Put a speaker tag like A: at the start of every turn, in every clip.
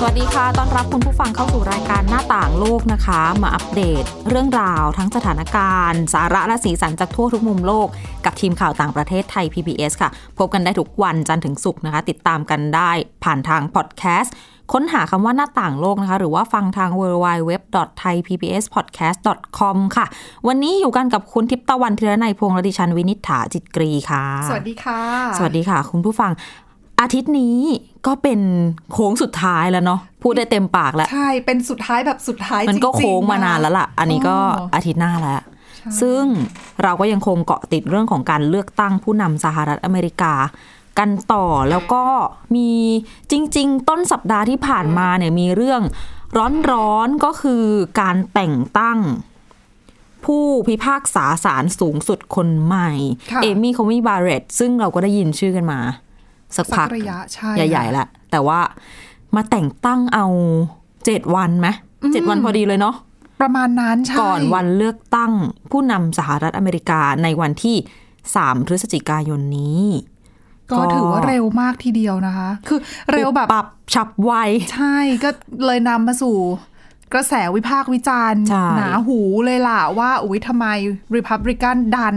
A: สวัสดีค่ะ ต้อนรับคุณผู้ฟังเข้าสู่รายการหน้าต่างโลกนะคะ มาอัปเดตเรื่องราวทั้งสถานการณ์ สาระและสีสันจากทั่วทุกมุมโลก กับทีมข่าวต่างประเทศไทย PBS ค่ะ พบกันได้ทุกวันจันทร์ถึงศุกร์นะคะ ติดตามกันได้ผ่านทางพอดแคสต์ ค้นหาคำว่าหน้าต่างโลกนะคะ หรือว่าฟังทาง www.thaipbspodcast.com ค่ะ วันนี้อยู่กันกับคุณทิพย์ตะวันธีรนัยพงษ์และดิฉันวินิษฐาจิตกรีค่ะ
B: สวัสดีค่ะ
A: สวัสดีค่ะ คุณผู้ฟังอาทิตย์นี้ก็เป็นโค้งสุดท้ายแล้วเนาะพูดได้เต็มปากแล้ว
B: ใช่ เป็นสุดท้ายแบบสุดท้าย
A: มันก็
B: จริๆ
A: โค้งมานานแล้วล่ะ อันนี้ก็
B: อ๋อ
A: อาทิตย์หน้าแล้ว ซึ่งเราก็ยังคงเกาะติดเรื่องของการเลือกตั้งผู้นำสหรัฐอเมริกา กันต่อแล้วก็มีจริง ๆ ต้นสัปดาห์ที่ผ่านมาเนี่ยมีเรื่องร้อนๆก็คือการแต่งตั้ง ผู้พิพากษาศาลสูงสุดคนใหม่
B: ค่ะ
A: เอมี่คอมมี่บาเรตซึ่งเราก็ได้ยินชื่อกันมา สัก
B: สั
A: พั
B: ก
A: ก
B: ระยะใช่
A: ใหญ่ๆละแต่ว่ามาแต่งตั้งเอาเจ็ดวันไหมเจ็ดวันพอดีเลยเนาะ
B: ประมาณนั้นใช่
A: ก่อนวันเลือกตั้งผู้นำสหรัฐอเมริกาในวันที่ 3 พฤศจิกายนนี้
B: ก็ถือว่าเร็วมากทีเดียวนะคะ คือเร็วแบบ
A: ปรับฉับไว
B: ใช่ก็เลยนำมาสู่ กระแสวิพากษ์วิจารณ์
A: ใช่
B: หนาหูเลยล่ะว่าอุ้ยทำไมริพับริกันดัน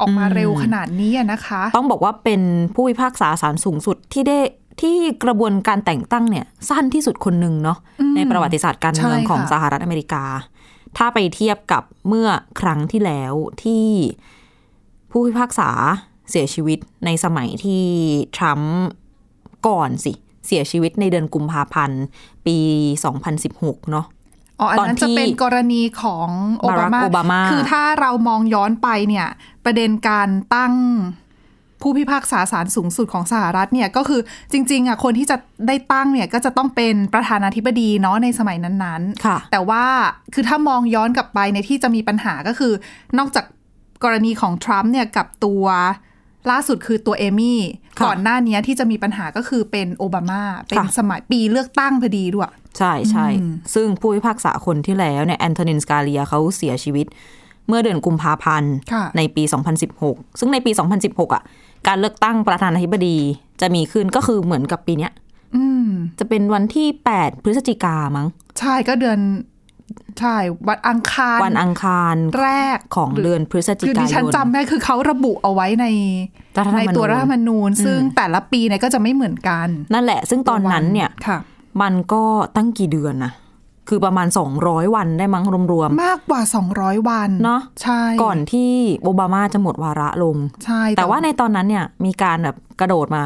B: ออกมาเร็วขนาดนี้อะนะคะ
A: ต้องบอกว่าเป็นผู้พิพากษาศาลสูงสุดที่ได้ที่กระบวนการแต่งตั้งเนี่ยสั้นที่สุดคนหนึ่งเนาะในประวัติศาสตร์การเมือง
B: ใช่ค่ะ
A: ของสหรัฐอเมริกา ถ้าไปเทียบกับเมื่อครั้งที่แล้วที่ผู้พิพากษาเสียชีวิตในสมัยที่ทรัมป์ก่อนสิ เสียชีวิตในเดือนกุมภาพันธ์ปี 2016 เนาะ
B: อ๋ออันนั้น
A: ต
B: จะ
A: อนที่
B: เป็นกรณีของโอบา
A: Barack
B: มา
A: Obama
B: คือถ้าเรามองย้อนไปเนี่ย ประเด็นการตั้งผู้พิพากษาศาลสูงสุดของสหรัฐเนี่ยก็คือจริงๆอ่ะคนที่จะได้ตั้งเนี่ยก็จะต้องเป็นประธานาธิบดีเนาะในสมัยนั้น
A: ค่ะ
B: แต่ว่าคือถ้ามองย้อนกลับไปในยที่จะมีปัญหาก็คือ นอกจากกรณีของทรัมป์เนี่ยกับตัวล่าสุดคือตัวเอมี่
A: ค่ะ
B: ก่อนหน้านี้ที่จะมีปัญหาก็คือเป็นโอบามาเป็น
A: ค่ะ
B: สมัยปีเลือกตั้งพอดีด้วย
A: ใช่ใช่ซึ่งผู้พิพากษาคนที่แล้วเนี่ยแอนโทนินสกาเลียเขาเสียชีวิต เมื่อเดือนกุมภาพันธ์
B: ค่ะ
A: ในปี 2016 ซึ่งในปี 2016 อ่ะ การเลือกตั้งประธานาธิบดีจะมีขึ้นก็คือเหมือนกับปีเนี้ย
B: อืม
A: จะเป็นวันที่ 8 พฤศจิกามั้ง
B: ใช่ก็เดือนใช่วันอังคาร
A: วันอังคาร
B: แรก
A: ของเดือนพฤศ
B: คือก
A: จิา
B: ดิ
A: ย
B: ฉัน
A: น
B: จำได้คือเขาระบุเอาไว้ใน
A: รัฐธร
B: ใน
A: รมนูญ
B: ตัวรัฐธรรมนูญ ซึ่งแต่ละปีเนี่ยก็จะไม่เหมือนกัน
A: นั่นแหละ ซึ่งตอนนั้นเนี่ย
B: ค่ะ
A: มันก็ตั้งกี่เดือนนะ คือประมาณ 200 วันได้มั้งรวม
B: มากกว่า 200 วัน
A: เนอะ
B: ใช่
A: ๆ ก่อนที่โอบามาจะหมดวาระลง
B: ใช่
A: แต่ว่าในตอนนั้นเนี่ยมีการแบบกระโดดมา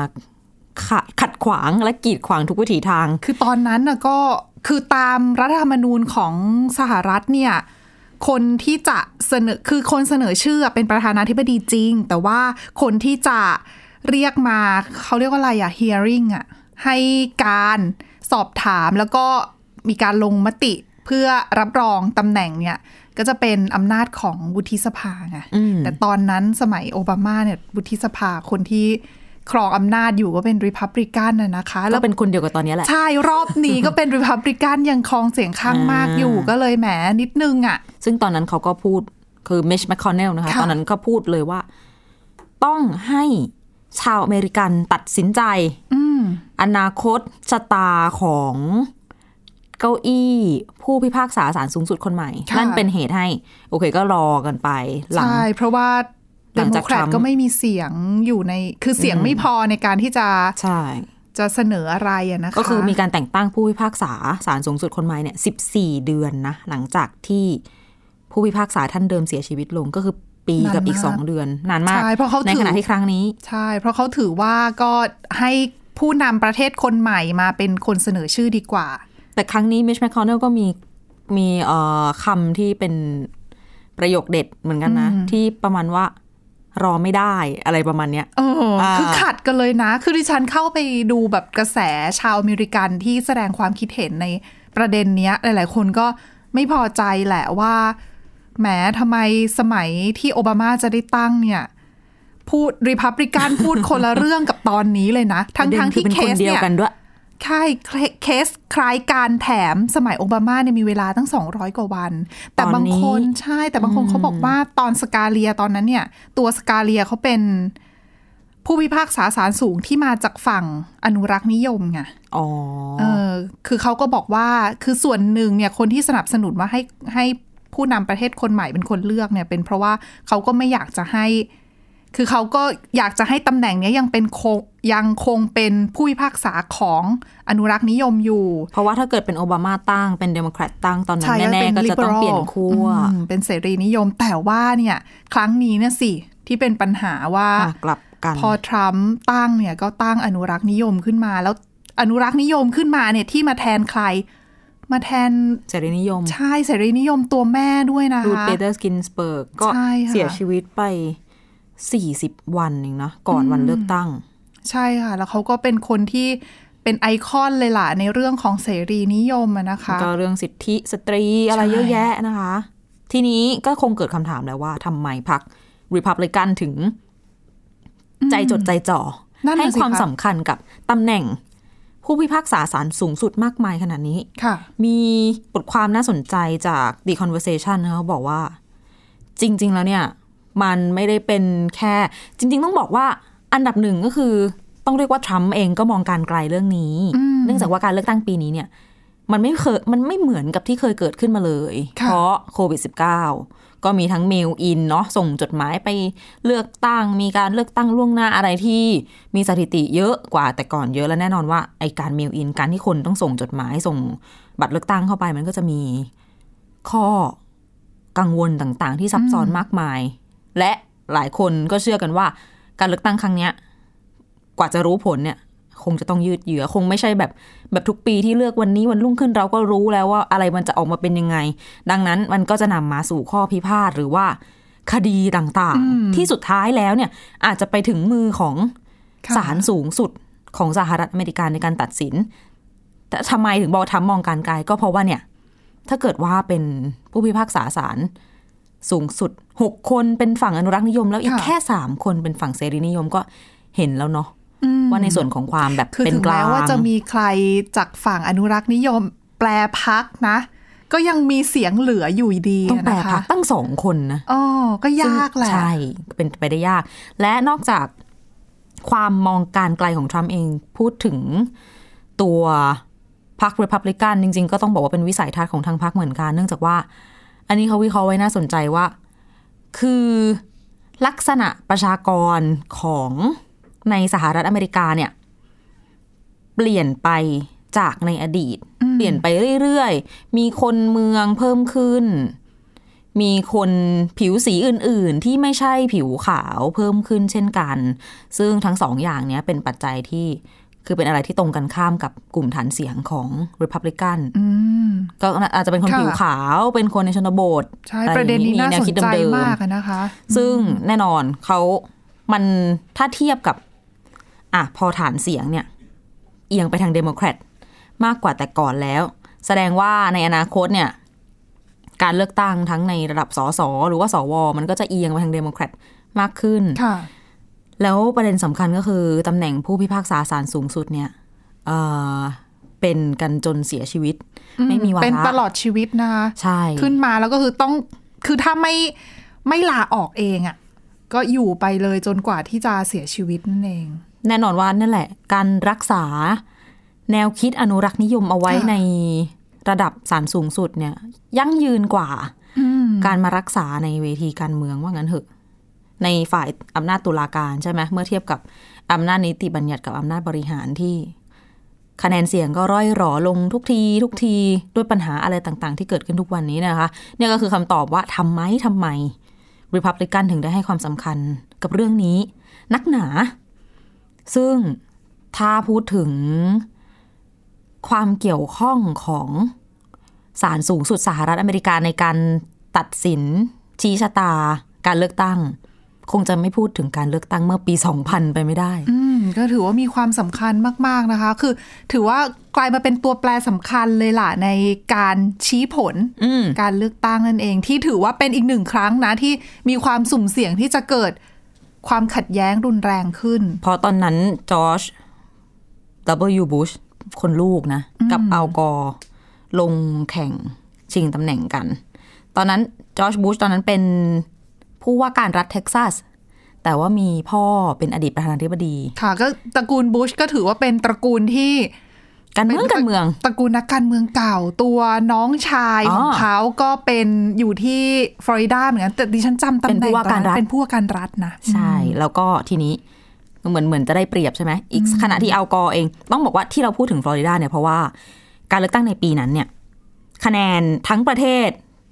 A: ขะขัดขวางและกีดขวางทุกวิถีทาง
B: คือตอนนั้นน่ะก็คือตามรัฐธรรมนูญของสหรัฐเนี่ยคนที่จะเสนอคือคนเสนอชื่อเป็นประธานาธิบดีจริง แต่ว่าคนที่จะเรียกมาเขาเรียกว่าอะไรอะ hearing อะให้การสอบถามแล้วก็มีการลงมติเพื่อรับรองตำแหน่งเนี่ย ก็จะเป็นอำนาจของวุฒิสภาไง
A: อืม
B: แต่ตอนนั้นสมัยโอบามาเนี่ยวุฒิสภาคนที่ครองอำนาจอยู่ก็เป็นริพับริกันน่ะนะคะ
A: แล้วเป็นคนเดียวกับตอนนี้แหละ
B: ใช่ รอบนี้ก็เป็นริพับริกันยังครองเสียงข้างมากอยู่
A: อ่า
B: ก็เลยแหมนิดนึงอ่ะ
A: ซึ่งตอนนั้นเขาก็พูดคือมิชแมคคอนเนลนะคะ
B: ค่ะ
A: ตอนนั้นก็พูดเลยว่า ต้องให้ชาวอเมริกันตัดสินใจ
B: อืม
A: อนาคตชะตาของเก้าอี้ ผู้พิพากษาศาลสูงสุดคนใหม่
B: ค่ะ
A: นั่นเป็นเหตุให้ โอเคก็รอกันไปหลัง
B: ใช่ เพราะว่า
A: หลั
B: เด
A: ง
B: โม
A: จาก
B: แคร
A: ท
B: ต
A: รัมป์
B: ก็ไม่มีเสียงอยู่ใน คือเสียงไม่พอในการที่จะ
A: ใช่
B: จะเสนออะไรอะนะคะ
A: ก็คือมีการแต่งตั้งผู้พิพากษาศาลสูงสุดคนใหม่เนี่ยสิบสี่เดือนนะ หลังจากที่ผู้พิพากษาท่านเดิมเสียชีวิตลงก็คือปีกับอีกสองเดือนนานมาก
B: ใช่เพราะเขา
A: ใน
B: ถื
A: ข
B: อ
A: ณะที่ครั้งนี้
B: ใช่ เพราะเขาถือว่าก็ให้ผู้นำประเทศคนใหม่มาเป็นคนเสนอชื่อดีกว่า
A: แต่ครั้งนี้มิชแมคคอนเนลก็มีมีเอ่อคำที่เป็นประโยคเด็ดเหมือนกันนะ ที่ประมาณว่ารอไม่ได้อะไรประมาณเนี้ย
B: เออ
A: อ่า
B: คือขัดกันเลยนะ คือดิฉันเข้าไปดูแบบกระแสชาวอเมริกันที่แสดงความคิดเห็นในประเด็นเนี้ย หลาย ๆ คนก็ไม่พอใจแหละว่าแหมทำไมสมัยที่โอบามาจะได้ตั้งเนี่ย พูดริพับริกัน พูดคนละเรื่องกับตอนนี้เลยนะ ทั้ง
A: ประเด็น
B: ทั้ง
A: คือ
B: ที่
A: เป็น
B: เค
A: คน
B: ส
A: เดียว
B: เนี่ย
A: กันด้วย
B: ใช่เคเคสคล้ายการแถมสมัยโอบามาเนี่ยมีเวลาตั้ง 200 กว่าวัน แต่
A: ตอนนี้
B: บางคนใช่แต่บางคนเขาบอกว่าตอนสกาเลียตอนนั้นเนี่ย ตัวสกาเลียเขาเป็นผู้พิพากษาศาลสูงที่มาจากฝั่งอนุรักษ์นิยมไง
A: อ๋อ
B: เออคือเขาก็บอกว่าคือส่วนหนึ่งเนี่ยคนที่สนับสนุนว่าให้ให้ผู้นำประเทศคนใหม่เป็นคนเลือกเนี่ยเป็นเพราะว่าเขาก็ไม่อยากจะให้ คือเขาก็อยากจะให้ตำแหน่งเนี้ยยังเป็นคงยังคงเป็นผู้พิพากษาของอนุรักษ์นิยมอยู่
A: เพราะว่าถ้าเกิดเป็นโอบามาตั้งเป็นเดโมแครตตั้งตอนนั้น
B: ใช่
A: แน่
B: เป็
A: ๆก็จะต้อง
B: liberal
A: เปลี่ยนขั้ว
B: อืมเป็นเสรีนิยมแต่ว่าเนี่ยครั้งนี้เนี่ยสิ ที่เป็นปัญหาว่า
A: อ่ะกลับกัน
B: พอทรัมป์ตั้งเนี่ยก็ตั้งอนุรักษ์นิยมขึ้นมา แล้วอนุรักษ์นิยมขึ้นมาเนี่ยที่มาแทนใคร มาแทน
A: เสรีนิยม
B: ใช่เสรีนิยมตัวแม่ด้วยนะ
A: รูด
B: คะ
A: เบเตอร์สกินสเบิร์กก็
B: ใช่ค่ะ
A: เสียชีวิตไป 40 วันเองนะ ก่อนวันเลือกตั้ง
B: ใช่ค่ะ แล้วเขาก็เป็นคนที่เป็นไอคอนเลยล่ะ ในเรื่องของเสรีนิยมอะนะคะ
A: ก็เรื่องสิทธิสตรีอะไร
B: ใช่
A: เยอะแยะนะคะ ทีนี้ก็คงเกิดคำถามแล้วว่าทำไมพรรคริพับลิกันถึง ใจจดใจจ่อ
B: นั่นน่ะ
A: ให้ความ
B: สิะ
A: สำคัญกับตำแหน่ง ผู้พิพากษาศาลสูงสุดมากมายขนาดนี้
B: ค่ะ
A: มีบทความน่าสนใจจาก The Conversation นะคะเขาบอกว่า จริง ๆ แล้วเนี่ย มันไม่ได้เป็นแค่ จริง ๆ ต้องบอกว่าอันดับหนึ่งก็คือ ต้องเรียกว่าทรัมป์เองก็มองการไกลเรื่องนี้
B: อืม
A: เนื่องจากว่าการเลือกตั้งปีนี้เนี่ย มันไม่เคยมันไม่เหมือนกับที่เคยเกิดขึ้นมาเลย
B: ค่ะ
A: เพราะโควิด -19 ก็มีทั้งเมลอินเนาะส่งจดหมายไปเลือกตั้ง มีการเลือกตั้งล่วงหน้าอะไรที่มีสถิติเยอะกว่าแต่ก่อนเยอะและแน่นอนว่าไอการเมลอินการที่คนต้องส่งจดหมายส่ง บัตรเลือกตั้งเข้าไปมันก็จะมีข้อกังวลต่างๆ ที่ซับซ้อนมากมาย และหลายคนก็เชื่อกันว่า การเลือกตั้งครั้งเนี้ย กว่าจะรู้ผลเนี่ย คงจะต้องยืดเยื้อคงไม่ใช่แบบแบบทุกปีที่เลือกวันนี้วันรุ่งขึ้นเราก็รู้แล้วว่าอะไรมันจะออกมาเป็นยังไง ดังนั้นมันก็จะนำมาสู่ข้อพิพาทหรือว่า คดีต่าง
B: อืม
A: ๆ ที่สุดท้ายแล้วเนี่ย อาจจะไปถึงมือของ
B: ค่ะ
A: ศาลสูงสุดของสหรัฐอเมริกาในการตัดสิน แต่ทำไมถึงบอกทำมองการไกลก็เพราะว่าเนี่ย ถ้าเกิดว่าเป็นผู้พิพากษาศาลสูงสุด 6 คนเป็นฝั่งอนุรักษ์นิยม แล้วอีกแค่ 3 คนเป็นฝั่งเสรีนิยมก็เห็นแล้วเนาะ
B: อืม
A: ว่าในส่วนของความแบบ
B: คือ
A: เป็น
B: ถึง
A: กลา
B: แม้
A: ง
B: ว่าจะมีใครจากฝั่งอนุรักษ์นิยม แปรพักนะ ก็ยังมีเสียงเหลืออยู่ดี
A: ต้องแปล
B: นะ
A: พั
B: คะ
A: กตั้งสองคนนะ
B: อ๋อก็ยากแหละ
A: ซึ่งใช่เป็นไปได้ยาก และนอกจากความมองการไกลของทรัมป์เองพูดถึงตัวพรรค Republican จริง ๆ ก็ต้องบอกว่าเป็นวิสัยทัศน์ของทางพรรคเหมือนกัน เนื่องจากว่า อันนี้เขาวิเคราะห์ไว้น่าสนใจว่า คือลักษณะประชากรของในสหรัฐอเมริกาเนี่ย เปลี่ยนไปจากในอดีต เปลี่ยนไปเรื่อยๆ มีคนเมืองเพิ่มขึ้น มีคนผิวสีอื่นๆ ที่ไม่ใช่ผิวขาวเพิ่มขึ้นเช่นกัน ซึ่งทั้งสองอย่างเนี้ยเป็นปัจจัยที่คือเป็นอะไรที่ตรงกันข้ามกับกลุ่มฐานเสียงของ Republican
B: อืม
A: ก็อาจจะเป็นคน
B: ค่ะ
A: ผิวขาวเป็นคนในชนบท
B: ใช่
A: อไอ
B: ประ
A: ย่าง
B: เด็นนี้น่า
A: แว
B: สน
A: คิด
B: ใจ
A: เดิมๆ
B: มากอะนะคะ
A: ซึ่งแน่นอนเขามันถ้าเทียบกับ อ่ะ พอฐานเสียงเนี่ย เอียงไปทางเดโมแครตมากกว่าแต่ก่อนแล้ว แสดงว่าในอนาคตเนี่ย การเลือกตั้งทั้งในระดับสสหรือว่าสว มันก็จะเอียงไปทางเดโมแครตมากขึ้น
B: ค่ะ
A: แล้วประเด็นสำคัญก็คือตำแหน่งผู้พิพากษาศาลสูงสุดเนี่ยเอ่อเป็นกันจนเสียชีวิต ไม่มีวา
B: เป็นตล
A: ระ
B: อดชีวิตนะคะ
A: ใช่
B: ขึ้นมาแล้วก็คือต้องคือถ้าไม่ไม่ลาออกเองอะ่ะ ก็อยู่ไปเลยจนกว่าที่จะเสียชีวิตนั่นเอง
A: แน่นอนว่านั่นแหละ การรักษา แนวคิดอนุรักษ์นิยมเอาไว้
B: ค่ะ
A: ในระดับศาลสูงสุดเนี่ย ยั่งยืนกว่า
B: อืม
A: การมารักษาในเวทีการเมืองว่างั้นเถอะ ในฝ่ายอำนาจตุลาการใช่ไหมเมื่อเทียบกับอำนาจนิติบัญญัติกับอำนาจบริหารที่ คะแนนเสียงก็ร่อยหรอลงทุกที ทุกทีด้วยปัญหาอะไรต่างๆ ที่เกิดขึ้นทุกวันนี้นะคะ เนี่ยก็คือคำตอบว่าทำไมทำไมริพับลิกันถึงได้ให้ความสำคัญกับเรื่องนี้ นักหนา ซึ่งถ้าพูดถึงความเกี่ยวข้องของศาลสูงสุดสหรัฐอเมริกาในการตัดสิน ชี้ชะตา การเลือกตั้ง คงจะไม่พูดถึงการเลือกตั้งเมื่อปี 2000 ไปไม่ได้
B: อืม ก็ถือว่ามีความสำคัญมาก ๆ นะคะ คือถือว่ากลายมาเป็นตัวแปรสำคัญเลยล่ะ ในการชี้ผล
A: อืม
B: การเลือกตั้งนั่นเอง ที่ถือว่าเป็นอีกหนึ่งครั้งนะ ที่มีความสุ่มเสี่ยงที่จะเกิดความขัดแย้งรุนแรงขึ้น
A: เพราะตอนนั้นจอร์จ W. Bush คนลูกนะ กับอัลกอร์ลงแข่งชิงตำแหน่งกัน ตอนนั้นจอร์จบูชตอนนั้นเป็นผู้ว่าการรัฐเท็กซัส แต่ว่ามีพ่อเป็นอดีตประธานาธิบดี
B: ค่ะก็ตระกูลบุชก็ถือว่าเป็นตระกูลที่
A: การเมืองการเมือง
B: ตระกูลนักการเมืองเก่าตัวน้องชาย
A: อ๋อ
B: ของเขาก็เป็นอยู่ที่ฟลอริดาเหมือนกันแต่ดิฉันจำตำ
A: เป็น
B: แห
A: ผู้
B: น่ง
A: ว่าการ
B: ตอนนั้น
A: รัฐ
B: เป็นผู้ว่าการรัฐนะ
A: ใช่ แล้วก็ทีนี้เหมือนเหมือนจะได้เปรียบใช่ไหมอีกขณะที่อัลกอร์เอง ต้องบอกว่าที่เราพูดถึงฟลอริดาเนี่ยเพราะว่าการเลือกตั้งในปีนั้นเนี่ย คะแนนทั้งประเทศ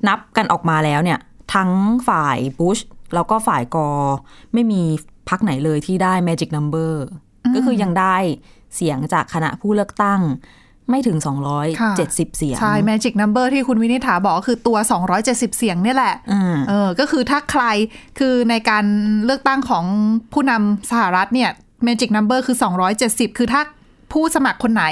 A: นับกันออกมาแล้วเนี่ย ทั้งฝ่ายบุชแล้วก็ฝ่ายกอร์ไม่มีพักไหนเลยที่ได้ Magic Number ก็คือยังได้เสียงจากคณะผู้เลือกตั้งไม่ถึง 270 เสียง
B: ใช่ Magic Number ที่คุณวินิษฐาบอกก็คือตัว 270 เสียงเนี่ยแหละ
A: อ่า
B: เออก็คือถ้าใครคือในการเลือกตั้งของผู้นำสหรัฐเนี่ย Magic Number คือ 270 คือถ้าผู้สมัครคนไหน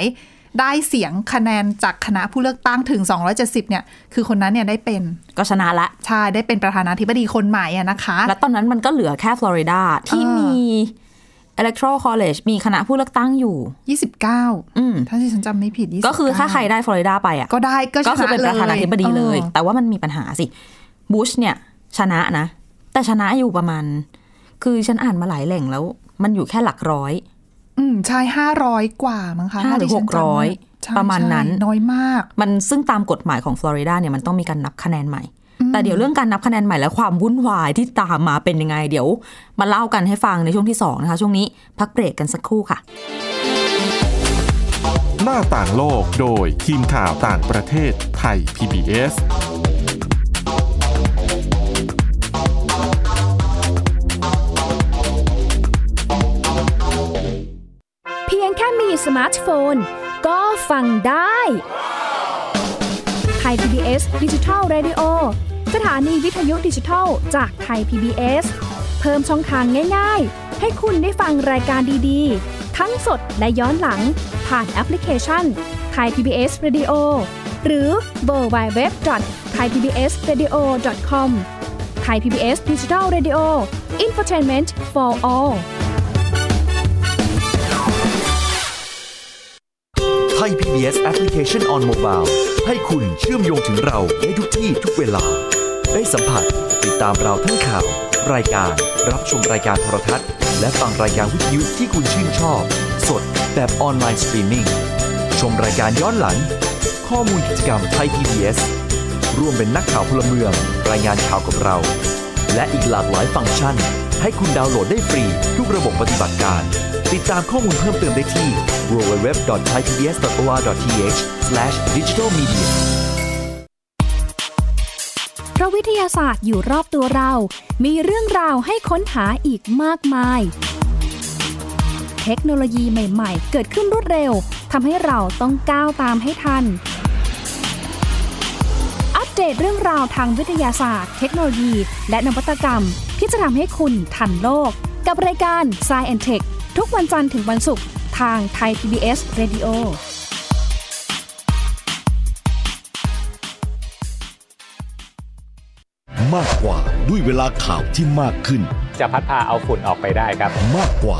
B: ได้เสียงคะแนนจากคณะผู้เลือกตั้งถึง 270เนี่ยคือคนนั้นเนี่ยได้เป็น
A: ก็ชนะละ
B: ใช่ได้เป็นประธานาธิบดีคนใหม่อะนะคะ
A: แล้วตอนนั้นมันก็เหลือแค่ฟลอริดาที่มี electoral college มีคณะผู้เลือกตั้งอยู่
B: ยี่สิบเก้า
A: อืม
B: ถ้าที่ฉันจำไม่ผิด29
A: ก็คือถ้าใครได้ฟลอริดาไปอ่ะ
B: ก็ได้ก็ช
A: ก็คือเป็นประธานาธิบดีเลย
B: ออ
A: แต่ว่ามันมีปัญหาสิบุชเนี่ย ชนะนะ แต่ชนะอยู่ประมาณ คือฉันอ่านมาหลายแหล่งแล้ว มันอยู่แค่หลักร้อย
B: อืมใช่ห้าร้อยกว่ามั้งคะ
A: ห้าหรือ
B: ถ้ที่ฉัน
A: หก
B: จำไม่
A: ร้อย
B: ใช่
A: ประมาณนั้น
B: ใช่น้อยมาก
A: มันซึ่งตามกฎหมายของฟลอริดาเนี่ยมันต้องมีการนับคะแนนใหม่ แต่เดี๋ยวเรื่องการนับคะแนนใหม่และความวุ่นวายที่ตามมาเป็นยังไง เดี๋ยว มาเล่ากันให้ฟังในช่วงที่สองนะคะ ช่วงนี้พักเบรกกันสักครู่ค่ะ
C: หน้าต่างโลกโดยทีมข่าวต่างประเทศไทย PBS
D: เพียงแค่มีสมาร์ทโฟน ก็ฟังได้ไทย PBS ดิจิทัล Radio สถานีวิทยุดิจิทัลจากไทย PBS เพิ่มช่องทางง่ายๆ ให้คุณได้ฟังรายการดีๆ ทั้งสดและย้อนหลัง ผ่านแอปพลิเคชันไทย PBS Radio หรือเวอร์ไบเว็บไทยพีบีเอสเรดิโอคอมไทยพีบีเอสดิจิทัลเรดิโออินฟอร์ทนเมนต์ for all
E: ไทย PBS Application on Mobile ให้คุณเชื่อมโยงถึงเราในทุกที่ทุกเวลา ได้สัมผัสติดตามเราทั้งข่าว รายการรับชมรายการโทรทัศน์ และฟังรายการวิทยุที่คุณชื่นชอบ สดแบบออนไลน์สตรีมมิ่งชมรายการย้อนหลัง ข้อมูลกิจกรรมไทย PBS ร่วมเป็นนักข่าวพลเมือง รายงานข่าวกับเรา และอีกหลากหลายฟังก์ชัน ให้คุณดาวน์โหลดได้ฟรีทุกระบบปฏิบัติการ ติดตามข้อมูลเพิ่มเติมได้ที่ www.thaipbs.or.th/digitalmedia
D: เพราะวิทยาศาสตร์อยู่รอบตัวเรา มีเรื่องราวให้ค้นหาอีกมากมาย เทคโนโลยีใหม่ ๆ เกิดขึ้นรวดเร็ว ทำให้เราต้องก้าวตามให้ทัน อัปเดตเรื่องราวทางวิทยาศาสตร์ เทคโนโลยี และนวัตกรรม ที่จะทำให้คุณทันโลก กับรายการ s c i e n t e c h ทุกวันจันทร์ถึงวันศุกร์ทางไทย PBS Radio
F: มากกว่าด้วยเวลาข่าวที่มากขึ้น
G: จะพัดพาเอาฝุ่นออกไปได้ครับ
F: มากกว่า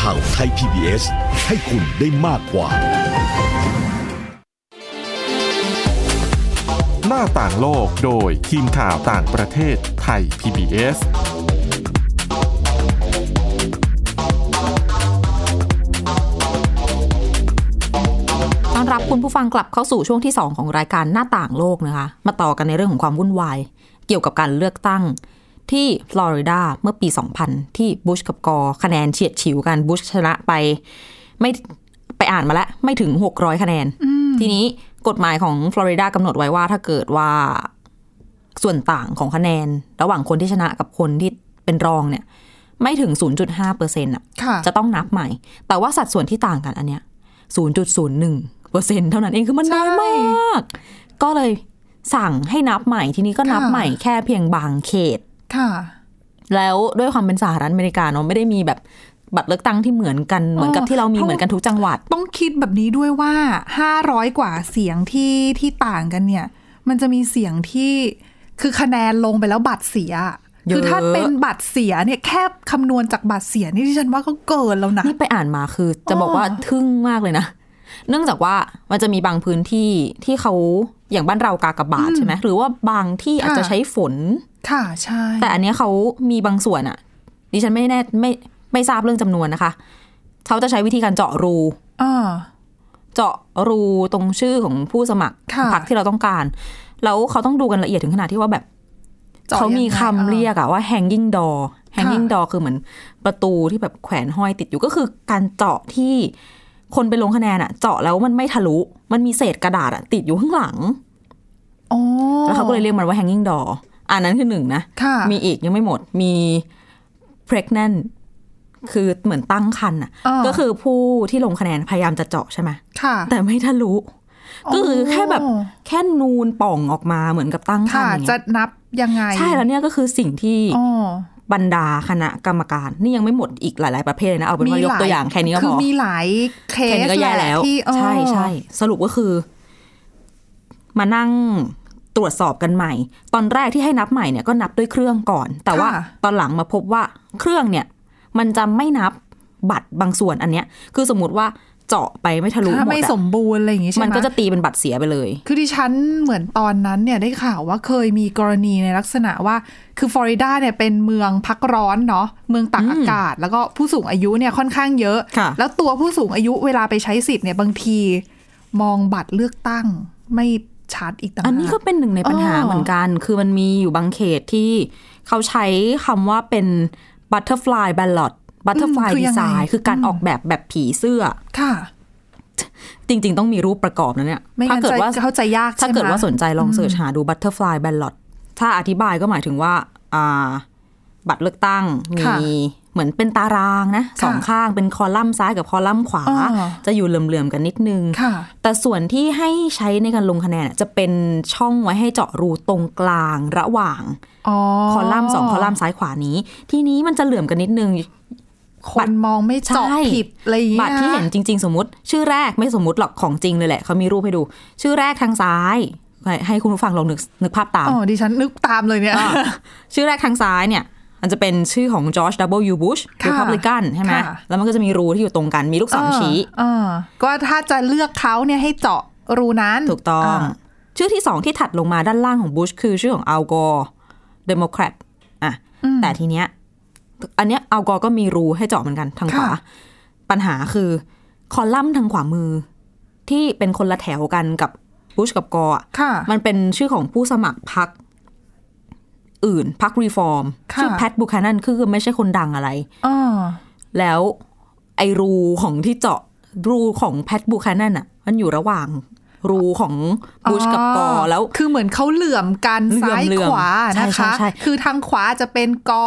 F: ข่าวไทย PBS ให้คุณได้มากกว่า
C: หน้าต่างโลกโดยทีมข่าวต่างประเทศไทย PBS
A: ต้อนรับคุณผู้ฟังกลับเข้าสู่ช่วงที่ 2 ของรายการหน้าต่างโลกนะคะ มาต่อกันในเรื่องของความวุ่นวาย เกี่ยวกับการเลือกตั้งที่ฟลอริดาเมื่อปี 2000 ที่บุชกับกอร์คะแนนเฉียดฉิวกันบุชชนะไป ไม่ไปอ่านมาแล้วไม่ถึง 600 คะแนน ทีนี้กฎหมายของฟลอริดากำหนดไว้ว่าถ้าเกิดว่าส่วนต่างของคะแนน ระหว่างคนที่ชนะกับคนที่เป็นรองเนี่ย ไม่ถึง 0.5เปอร์เซ็นต์อ่ะ
B: ค่ะ
A: จะต้องนับใหม่ แต่ว่าสัดส่วนที่ต่างกันอันเนี้ย 0.01เปอร์เซ็นเท่านั้นเอง คือมัน
B: ใช่
A: น้อยมาก ก็เลย สั่งให้นับใหม่ทีนี้ก็นับ
B: ค่ะ
A: ใหม่แค่เพียงบางเขต
B: ค่ะ
A: แล้วด้วยความเป็นสหรัฐอเมริกาเนาะไม่ได้มีแบบบัตรเลือกตั้งที่เหมือนกันเหมือนกับที่เรามี
B: เพราะ
A: เหมือนกันทุกจังหวัด
B: ต้องคิดแบบนี้ด้วยว่า 500 กว่าเสียงที่ที่ต่างกันเนี่ย มันจะมีเสียงที่คือคะแนนลงไปแล้วบัตรเสีย
A: เยอะ
B: คือถ้าเป็นบัตรเสียเนี่ยแค่คำนวณจากบัตรเสียนี่ดิฉันว่าก็เกินแล้วนะ
A: นี่ไปอ่านมาคือจะบอกว่า
B: อ๋อ
A: ทึ่งมากเลยนะ เนื่องจากว่ามันจะมีบางพื้นที่ที่เขาอย่างบ้านเรากากบาทใช่ไหมหรือว่าบางที่อาจจะใช้ฝน
B: ค่ะใช่
A: แต่อันเนี้ยเขามีบางส่วนอะดิฉันไม่แน่ไม่ไม่ทราบเรื่องจำนวนนะคะเขาจะใช้วิธีการเจาะรู
B: อ่า
A: เจาะรูตรงชื่อของผู้สมัคร
B: ค่ะ
A: พรรคที่เราต้องการ แล้วเขาต้องดูกันละเอียดถึงขนาดที่ว่าแบบ
B: เจาะ
A: เขามีคำ
B: ยังไงอ่ะ
A: เรียกอะว่า hanging door hanging door คือเหมือนประตูที่แบบแขวนห้อยติดอยู่ก็คือการเจาะที่คนไปลงคะแนนอะเจาะแล้วมันไม่ทะลุ มันมีเศษกระดาษอะติดอยู่ข้างหลัง
B: ๋อ
A: แล้วเขาก็เลยเรียกมันว่า hanging door อันนั้นคือหนึ่งนะ
B: ค่ะ
A: มีอีกยังไม่หมดมี pregnant คือเหมือนตั้งครรภ์อ่ะ
B: อ่า
A: ก็คือผู้ที่ลงคะแนนพยายามจะเจาะใช่ไหม
B: ค่ะ
A: แต่ไม่ทะลุ ก็คือแค่แบบ
B: อ๋อ
A: แค่นูนป่องออกมาเหมือนกับตั้งครร
B: ค่ะ
A: ภ์อย่าง
B: จะ
A: เงี้ย
B: นับยังไง
A: ใช่แล้วเนี่ยก็คือสิ่งที่
B: อ๋อบ
A: รรดาคณะกรรมการ นี่ยังไม่หมดอีกหลาย ๆ ประเภทเลยนะ เอาเป็นว่ายกตัวอย่างแค่นี้ก็
B: คื
A: พ
B: อ
A: อ
B: มีหลายเค
A: แค่
B: ส
A: นี้ก็แย่
B: หะ
A: แล้ว
B: ที่อ๋อ
A: ใช่ใช่สรุปก็คือ มานั่งตรวจสอบกันใหม่ ตอนแรกที่ให้นับใหม่เนี่ยก็นับด้วยเครื่องก่อน แต่ว่าตอนหลังมาพบว่าเครื่องเนี่ย มันจะไม่นับบัตรบางส่วนอันเนี้ย คือสมมติว่าเจาะไปไม่ทะลุหม
B: ถ้า
A: ด
B: ไม่
A: อะ
B: สมบูรณ์อะไรอย่างงี้ใช่ไหม
A: มันก็จะตีเป็นบัตรเสียไปเลย
B: คือดิฉันเหมือนตอนนั้นเนี่ยได้ข่าวว่าเคยมีกรณีในลักษณะว่า คือฟลอริดาเนี่ยเป็นเมืองพักร้อนเนาะเมืองตากอากาศ แล้วก็ผู้สูงอายุเนี่ยค่อนข้างเยอะ
A: ค่ะ
B: แล้วตัวผู้สูงอายุเวลาไปใช้สิทธิ์เนี่ยบางที มองบัตรเลือกตั้งไม่ชัดอีกต่างหาก
A: อันนี้ก็เป็นหนึ่งในปัญหา
B: อ๋อ
A: เหมือนกัน คือมันมีอยู่บางเขตที่เขาใช้คำว่าเป็น butterfly ballot butterfly design คือการออกแบบแบบผีเสื้อ
B: ค่ะ
A: จริง ๆ ต้องมีรูปประกอบนะเนี่ย
B: ไม่
A: ถ้า
B: งั้น
A: เกิดว่า
B: จะเข้าใจยาก
A: ถ้า
B: ใช่ไหม
A: เกิดว่าสนใจลองเสิร์ชหาดู butterfly ballot ถ้าอธิบายก็หมายถึงว่าอ่าบัตรเลือกตั้ง มี
B: ค่ะ
A: เหมือนเป็นตารางนะสองข้างเป็นคอลัมน์ซ้ายกับคอลัมน์ขวา
B: อ๋อ
A: จะอยู่เหลื่อมๆกันนิดนึง
B: ค่ะ
A: แต่ส่วนที่ให้ใช้ในการลงคะแนนน่ะจะเป็นช่องไว้ให้เจาะรูตรงกลางระหว่าง
B: อ๋อ
A: คอลัมน์สองคอลัมน์ซ้ายขวานี้ ทีนี้มันจะเหลื่อมกันนิดนึง
B: คนมองไม่เจาะ
A: ใช่
B: ผิดอะไรอย่างเงี้ย
A: บัตรที่เห็นจริง ๆ สมมติ ชื่อแรกไม่สมมติหรอกของจริงเลยแหละเขามีรูปให้ดู ชื่อแรกทางซ้าย ให้ให้คุณผู้ฟังลองนึกนึกภาพตาม
B: อ๋อดิฉันนึกตามเลยเนี่ย
A: ชื่อแรกทางซ้ายเนี่ยมันจะเป็นชื่อของจอร์จ W. Bush
B: ค่ะ
A: รีพับลิกันใช่ไหม
B: ค่ะ
A: แล้วมันก็จะมีรูที่อยู่ตรงกันมีลูกศรชี้
B: เออก็ถ้าจะเลือกเขาเนี่ยให้เจาะรูนั้น
A: ถูกต้อง
B: า
A: ชื่อที่สองที่ถัดลงมาด้านล่างของบุชคือชื่อของอัลกอร์เดโมแครตอ่ะแต่ทีเนี้ยอันเนี้ยอัลกอร์ก็มีรูให้เจาะเหมือนกันทางขวา
B: ค่ะ
A: ปัญหาคือคอลัมน์ทางขวามือ ที่เป็นคนละแถวกันกับบุชกับกอร์อะ
B: ค่ะ
A: มันเป็นชื่อของผู้สมัครพรรคอื่นพรรครีฟอร์ม
B: ค่ะ
A: ชื่อแพทบูคานันคือไม่ใช่คนดังอะไร
B: อ๋อ
A: แล้วไอรูของที่เจาะรูของแพทบูคานันอ่ะ มันอยู่ระหว่างรูของบูชกับกอแล้ว
B: คือเหมือนเขาเหลื่อมกัน
A: เหลื่อม
B: ซ้าย
A: เหลื่อม
B: ขวานะ
A: ใช่
B: คะ
A: ใช่ใช่
B: คือทางขวาจะเป็นกอ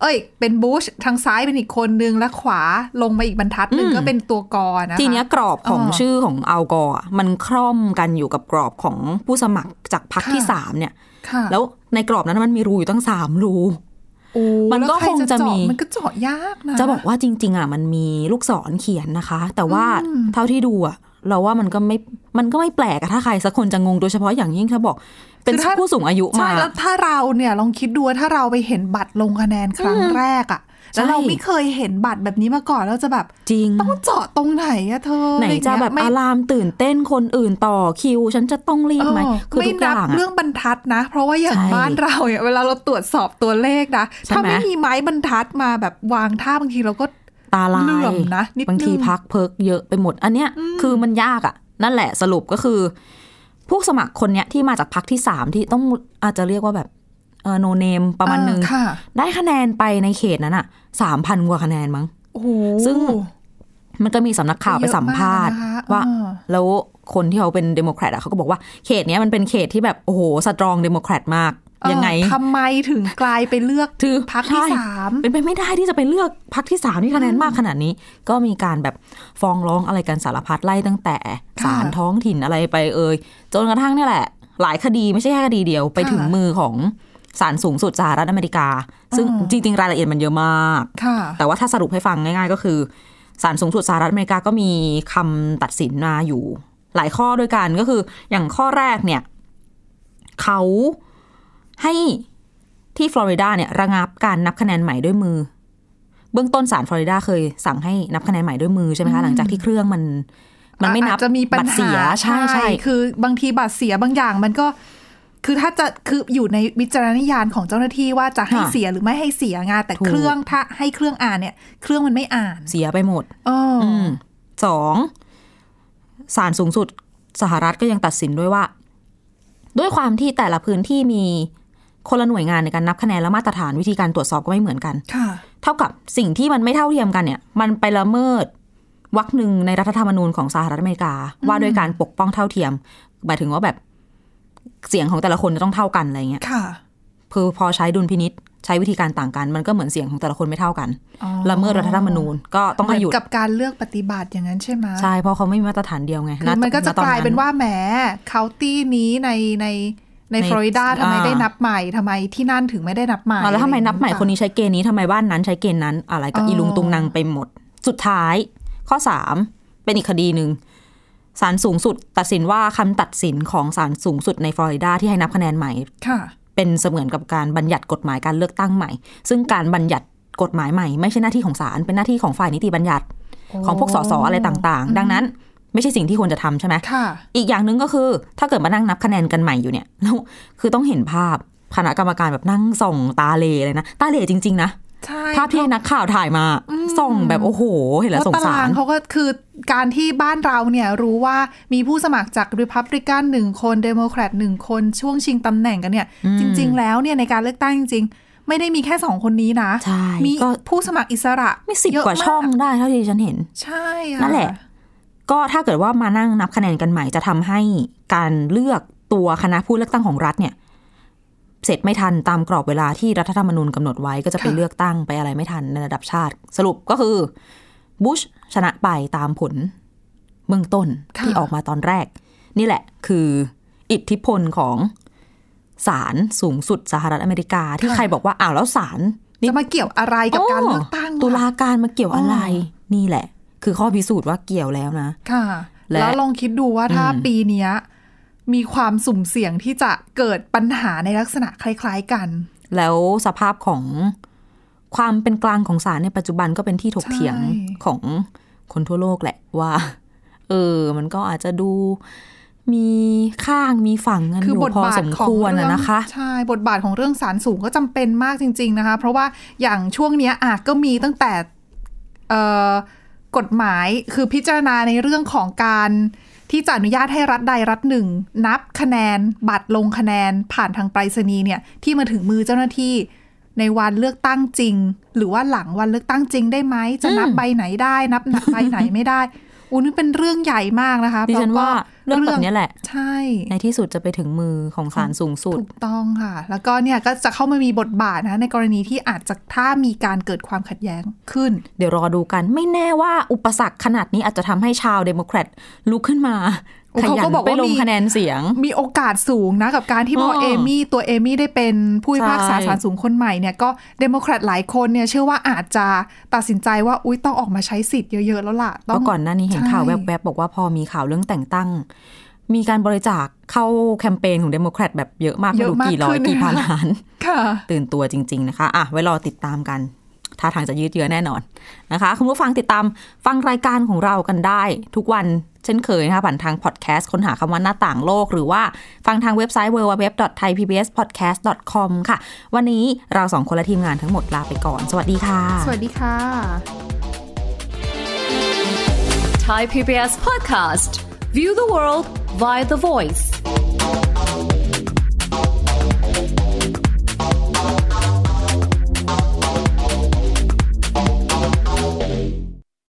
B: เอ้ย เป็นบูช ทางซ้ายเป็นอีกคนนึง และขวาลงมาอีกบรรทัดหนึ่งก็เป็นตัวกอนะคะ
A: ทีเนี้ยกรอบของ
B: อ๋อ
A: ชื่อของอัลกอร์อะมันคร่อมกันอยู่กับกรอบของผู้สมัครจากพรรค
B: ค่ะ
A: ที่สามเนี่ย
B: ค่ะ
A: แล้วในกรอบนั้นมันมีรูอยู่ตั้งสามรู
B: โอ้
A: มัน
B: แล้ว
A: ก็
B: ใร
A: คงจะ
B: เา
A: มี
B: มันก็เจาะยากนะ
A: จะบอกว่าจริง ๆ อ่ะมันมีลูกศรเขียนนะคะ แต่ว่าเท่าที่ดูอ่ะ เราว่ามันก็ไม่มันก็ไม่แปลกอะถ้าใครสักคนจะงงโดยเฉพาะอย่างยิ่งถ้าบอก เป็น
B: คือถ้า
A: ผู้สูงอายุ
B: ใช่
A: มา
B: แล้วถ้าเราเนี่ยลองคิดดูว่าถ้าเราไปเห็นบัตรลงคะแนนครั้งแรกอะแล้ว
A: ใช่
B: เราไม่เคยเห็นบัตรแบบนี้มาก่อนเราจะแบบ
A: จริง
B: ต้องเจาะตรงไหนอะเธอ
A: ไหนจะแบบ
B: อ
A: อารามตื่นเต้นคนอื่นต่อคิว ฉันจะต้องรีบ
B: ไร
A: ไหม
B: เงี้ย
A: คือ
B: ไม่
A: ทุกอ
B: นับ
A: ย่าง
B: เรื่
A: อะ
B: องบรรทัดนะ เพราะว่าอย่าง
A: ใช่
B: บ้านเราเนี่ยเวลาเราตรวจสอบตัวเลขนะ
A: ใช่
B: ถ้า
A: ไหม
B: ไม่มีไม้บรรทัดมาแบบวางท่าบางทีเราก็
A: ตาลาย
B: เหลื่อมนะนิดนึง
A: บางทีพักเพิกเยอะไปหมด อันเนี้ยคือมันยากอะนั่นแหละสรุปก็คือ พวกสมัครคนเนี้ยที่มาจากพักที่สามที่ต้องอาจจะเรียกว่าแบบเออโนเนมประมาณนึง
B: เออค่ะ
A: ได้คะแนนไปในเขตนั้นอะสามพันกว่าคะแนนมั้ง
B: โอ้โห
A: ซึ่ง มันก็มีสำนักข่าวไปสัมภาษณ์
B: เยอะมากนะคะ
A: ว่า
B: อ่า
A: แล้วคนที่เขาเป็นเดโมแครตอะเขาก็บอกว่าเขตเนี้ยมันเป็นเขตที่แบบโอ้โหสตรองเดโมแครตมาก
B: เออ
A: ยังไง
B: ทำไมถึงกลายไปเลือก
A: ถือ
B: พักที่
A: ใช่
B: สาม
A: เป็นไปไม่ได้ที่จะไปเลือกพักที่สามที่คะแนนมากขนาดนี้ ก็มีการแบบฟ้องร้องอะไรกันสารพัดไล่ตั้งแต่ศาลท้องถิ่นอะไรไปเอ่ยจนกระทั่งเนี่ยแหละ หลายคดีไม่ใช่แค่คดีเดียว ไปถึงมือของศาลสูงสุดสหรัฐอเมริกา ซึ่งจริงๆ รายละเอียดมันเยอะมาก
B: ค่ะ
A: แต่ว่าถ้าสรุปให้ฟังง่าย ๆ ก็คือศาลสูงสุดสหรัฐอเมริกาก็มีคำตัดสินมาอยู่ หลายข้อด้วยกันก็คืออย่างข้อแรกเนี่ย เขาให้ที่ฟลอริดาเนี่ยระงับการนับคะแนนใหม่ด้วยมือ เบื้องต้นศาลฟลอริดาเคยสั่งให้นับคะแนนใหม่ด้วยมือใช่ไหมคะหลังจากที่เครื่องมัน มันไม่นับ
B: อาจจะมีปัญ
A: บัตร
B: หา
A: เสียใช่ใช่
B: คือบางทีบัตรเสียบางอย่างมันก็ คือถ้าจะคืออยู่ในวิจารณญาณของเจ้าหน้าที่ว่าจะให้
A: ค่ะ
B: เสียหรือไม่ให้เสียไงานแต่
A: ถูก
B: เครื่องถ้าให้เครื่องอ่านเนี่ย เครื่องมันไม่อ่าน
A: เสียไปหมด
B: เอออ
A: มสองศาลสูงสุดสหรัฐก็ยังตัดสินด้วยว่า ด้วยความที่แต่ละพื้นที่มีคนละหน่วยงานในการนับคะแนนและมาตรฐานวิธีการตรวจสอบก็ไม่เหมือนกัน
B: ค่ะ
A: เท่ากับสิ่งที่มันไม่เท่าเทียมกันเนี่ย มันไปละเมิดวรรคหนึ่งในรัฐธรรมนูญของสหรัฐอเมริกา ว่าด้วยการปกป้องเท่าเทียมหมายถึงว่าแบบเสียงของแต่ละคนจะต้องเท่ากันอะไรเงี้ย
B: ค่ะ
A: คือพอใช้ดุลพินิษใช้วิธีการต่างกัน มันก็เหมือนเสียงของแต่ละคนไม่เท่ากัน
B: อ๋อ
A: ละเมิดรัฐธรรมนูญก็ต้อง
B: เหมื
A: ให้
B: อ
A: หยุด
B: นกับการเลือกปฏิบัติอย่างนั้นใช่ไหม
A: ใช่ เพราะเขาไม่มีมาตรฐานเดียวไง
B: คื
A: ณ
B: อมันก็จะ
A: ณตอก
B: ลายเป็นว่าแหมเคาน์ตี้นี้ในในในฟลอริดาทำไมได้นับใหม่ทำไมที่นั่นถึงไม่ได้นับใหม่
A: อ่ะแล้วทำไมนับใหม่
B: อะร
A: คนนี้ใช้เกณฑ์นี้ทำไมบ้านนั้นใช้เกณฑ์นั้นอะไรก็อีลุงตุงนางไปหมด สุดท้าย ข้อ 3 เป็นอีกคดีหนึ่งศาลสูงสุด ตัดสินว่าคำตัดสินของศาลสูงสุดในฟลอริดาที่ให้นับคะแนนใหม่
B: ค่ะ
A: เป็นเสมือนกับการบัญญัติกฎหมายการเลือกตั้งใหม่ ซึ่งการบัญญัติกฎหมายใหม่ไม่ใช่หน้าที่ของศาลเป็นหน้าที่ของฝ่ายนิติบัญญัติของพวกสสอะไรต่างๆ ดังนั้น ไม่ใช่สิ่งที่ควรจะทำใช่ไหม
B: ค่ะ
A: อีกอย่างหนึ่งก็คือถ้าเกิดมานั่งนับคะแนนกันใหม่อยู่เนี่ยแล้วคือต้องเห็นภาพคณะกรรมการแบบนั่งส่องตาเหลเลยนะ ตาเหลจริง ๆ นะ
B: ใช่
A: ภาพที่ให้นักข่าวถ่ายมาส่องแบบโอ้โห เห็นแล้วสงสาร
B: ตาาร งเขาก็คือการที่บ้านเราเนี่ยรู้ว่ามีผู้สมัครจากริพับลิกันหนึ่งคนเดโมแครตหนึ่งคนช่วงชิงตำแหน่งกันเนี่ย จริง ๆ แล้วเนี่ยในการเลือกตั้งจริง ๆ ไม่ได้มีแค่สองคนนี้นะ
A: ใช่
B: มี
A: ก็
B: ผู้สมัครอิสระ
A: ไม่สิบ
B: เยอะ
A: กว่าช่องได้เท่าที่ฉันเห็น
B: ใช่ค่
A: นั่นแหละ ก็ถ้าเกิดว่ามานั่งนับคะแนนกันใหม่จะทำให้การเลือกตัวคณะผู้เลือกตั้งของรัฐเนี่ย เสร็จไม่ทันตามกรอบเวลาที่รัฐธรรมนูญกำหนดไว้ก็จะไป
B: ค่ะ
A: เลือกตั้งไปอะไรไม่ทันในระดับชาติ สรุปก็คือบุชชนะไปตามผลเบื้องต้นที่ออกมาตอนแรก นี่แหละคืออิทธิพลของศาลสูงสุดสหรัฐอเมริกา ที่ใครบอกว่าอ้าวแล้วศาลนี่
B: จะมาเกี่ยวอะไรกับการเลือกตั้ง
A: โตุลา
B: ล่ะ
A: การมาเกี่ยวอะไร
B: อ๋
A: นี่แหละ คือข้อพิสูจน์ว่าเกี่ยวแล้วนะ
B: ค่ะ
A: และ
B: แล้วลองคิดดูว่าถ้า
A: อืม
B: ปีเนี้ยมีความสุ่มเสี่ยงที่จะเกิดปัญหาในลักษณะคล้าย ๆ กัน
A: แล้วสภาพของความเป็นกลางของศาลในปัจจุบันก็เป็นที่ถก
B: ใช่
A: เถียงของคนทั่วโลกแหละว่า เออ มันก็อาจจะดูมีข้างมีฝั่งกัน
B: คืออยู่ บ
A: พอบ
B: ทา
A: ส
B: ท
A: ม
B: ของ
A: ควร
B: เรื่
A: นะ
B: อง
A: นะคะ
B: ใช่บทบาทของเรื่องสารสูงก็จำเป็นมากจริง ๆนะคะ เพราะว่าอย่างช่วงเนี้ยอาจก็มีตั้งแต่เอ่อกฎหมายคือพิจารณาในเรื่องของการที่จะอนุญาตให้รัฐใดรัฐหนึ่ง นับคะแนนบัตรลงคะแนนผ่านทางไปรษณีย์เนี่ยที่มาถึงมือเจ้าหน้าที่ในวันเลือกตั้งจริง หรือว่าหลังวันเลือกตั้งจริงได้ไหมจะนับใบไหนได้ นับใบไหนไม่ได้อุ้นี่เป็นเรื่องใหญ่มากนะคะ
A: ดิฉันว่าเรื่องแบบเนี้ยแหละ
B: ใช่
A: ในที่สุดจะไปถึงมือของศาลสูงสุด
B: ถูกต้องค่ะ แล้วก็เนี่ยก็จะเข้ามามีบทบาทนะ ในกรณีที่อาจจะถ้ามีการเกิดความขัดแย้งขึ้น
A: เดี๋ยวรอดูกัน ไม่แน่ว่าอุปสรรคขนาดนี้อาจจะทำให้ชาวเดโมแครตลุกขึ้นมา
B: โอ้
A: ข
B: เขา
A: ยั
B: ก็
A: น
B: บอก
A: ไป
B: ว่า
A: ลง
B: มี
A: คะแนนเสียง
B: มีโอกาสสูงนะ กับการที่พอ
A: เออ
B: เอมี่ตัวเอมี่ได้เป็นผู้พิพากษา
A: ใช่
B: ศาลสูงคนใหม่เนี่ยก็เดโมแครตหลายคนเนี่ยเชื่อว่าอาจจะตัดสินใจว่าอุ้ยต้องออกมาใช้สิทธิ์เยอะ ๆ แล้วล่ะ
A: เพ
B: ต้อ
A: ราะ
B: ง
A: ก่อนหน้านี้เห็น
B: ใช่
A: ข่าวแวบๆ บอกว่าพอมีข่าวเรื่องแต่งตั้ง มีการบริจาคเข้าแคมเปญของเดโมแครตแบบเยอะมาก
B: เยอะ
A: ไม่รู้
B: มาก
A: กี่ร้อย
B: ขึ้น
A: กี่พันล้าน
B: ค่ะ
A: ตื่นตัวจริง ๆ นะคะ อ่ะ ไว้รอติดตามกัน ท่าทางจะยืดเยื้อแน่นอนนะคะ คุณผู้ฟังติดตามฟังรายการของเรากันได้ ทุกวันเช่นเคยนะคะ ผ่านทางพอดแคสต์ ค้นหาคำว่าหน้าต่างโลก หรือว่าฟังทางเว็บไซต์ www.thaipbspodcast.com ค่ะ วันนี้เราสองคนและทีมงานทั้งหมดลาไปก่อน สวัสดีค่ะ
B: สวัสดีค่ะ
H: Thai PBS podcast. View the world via the voice.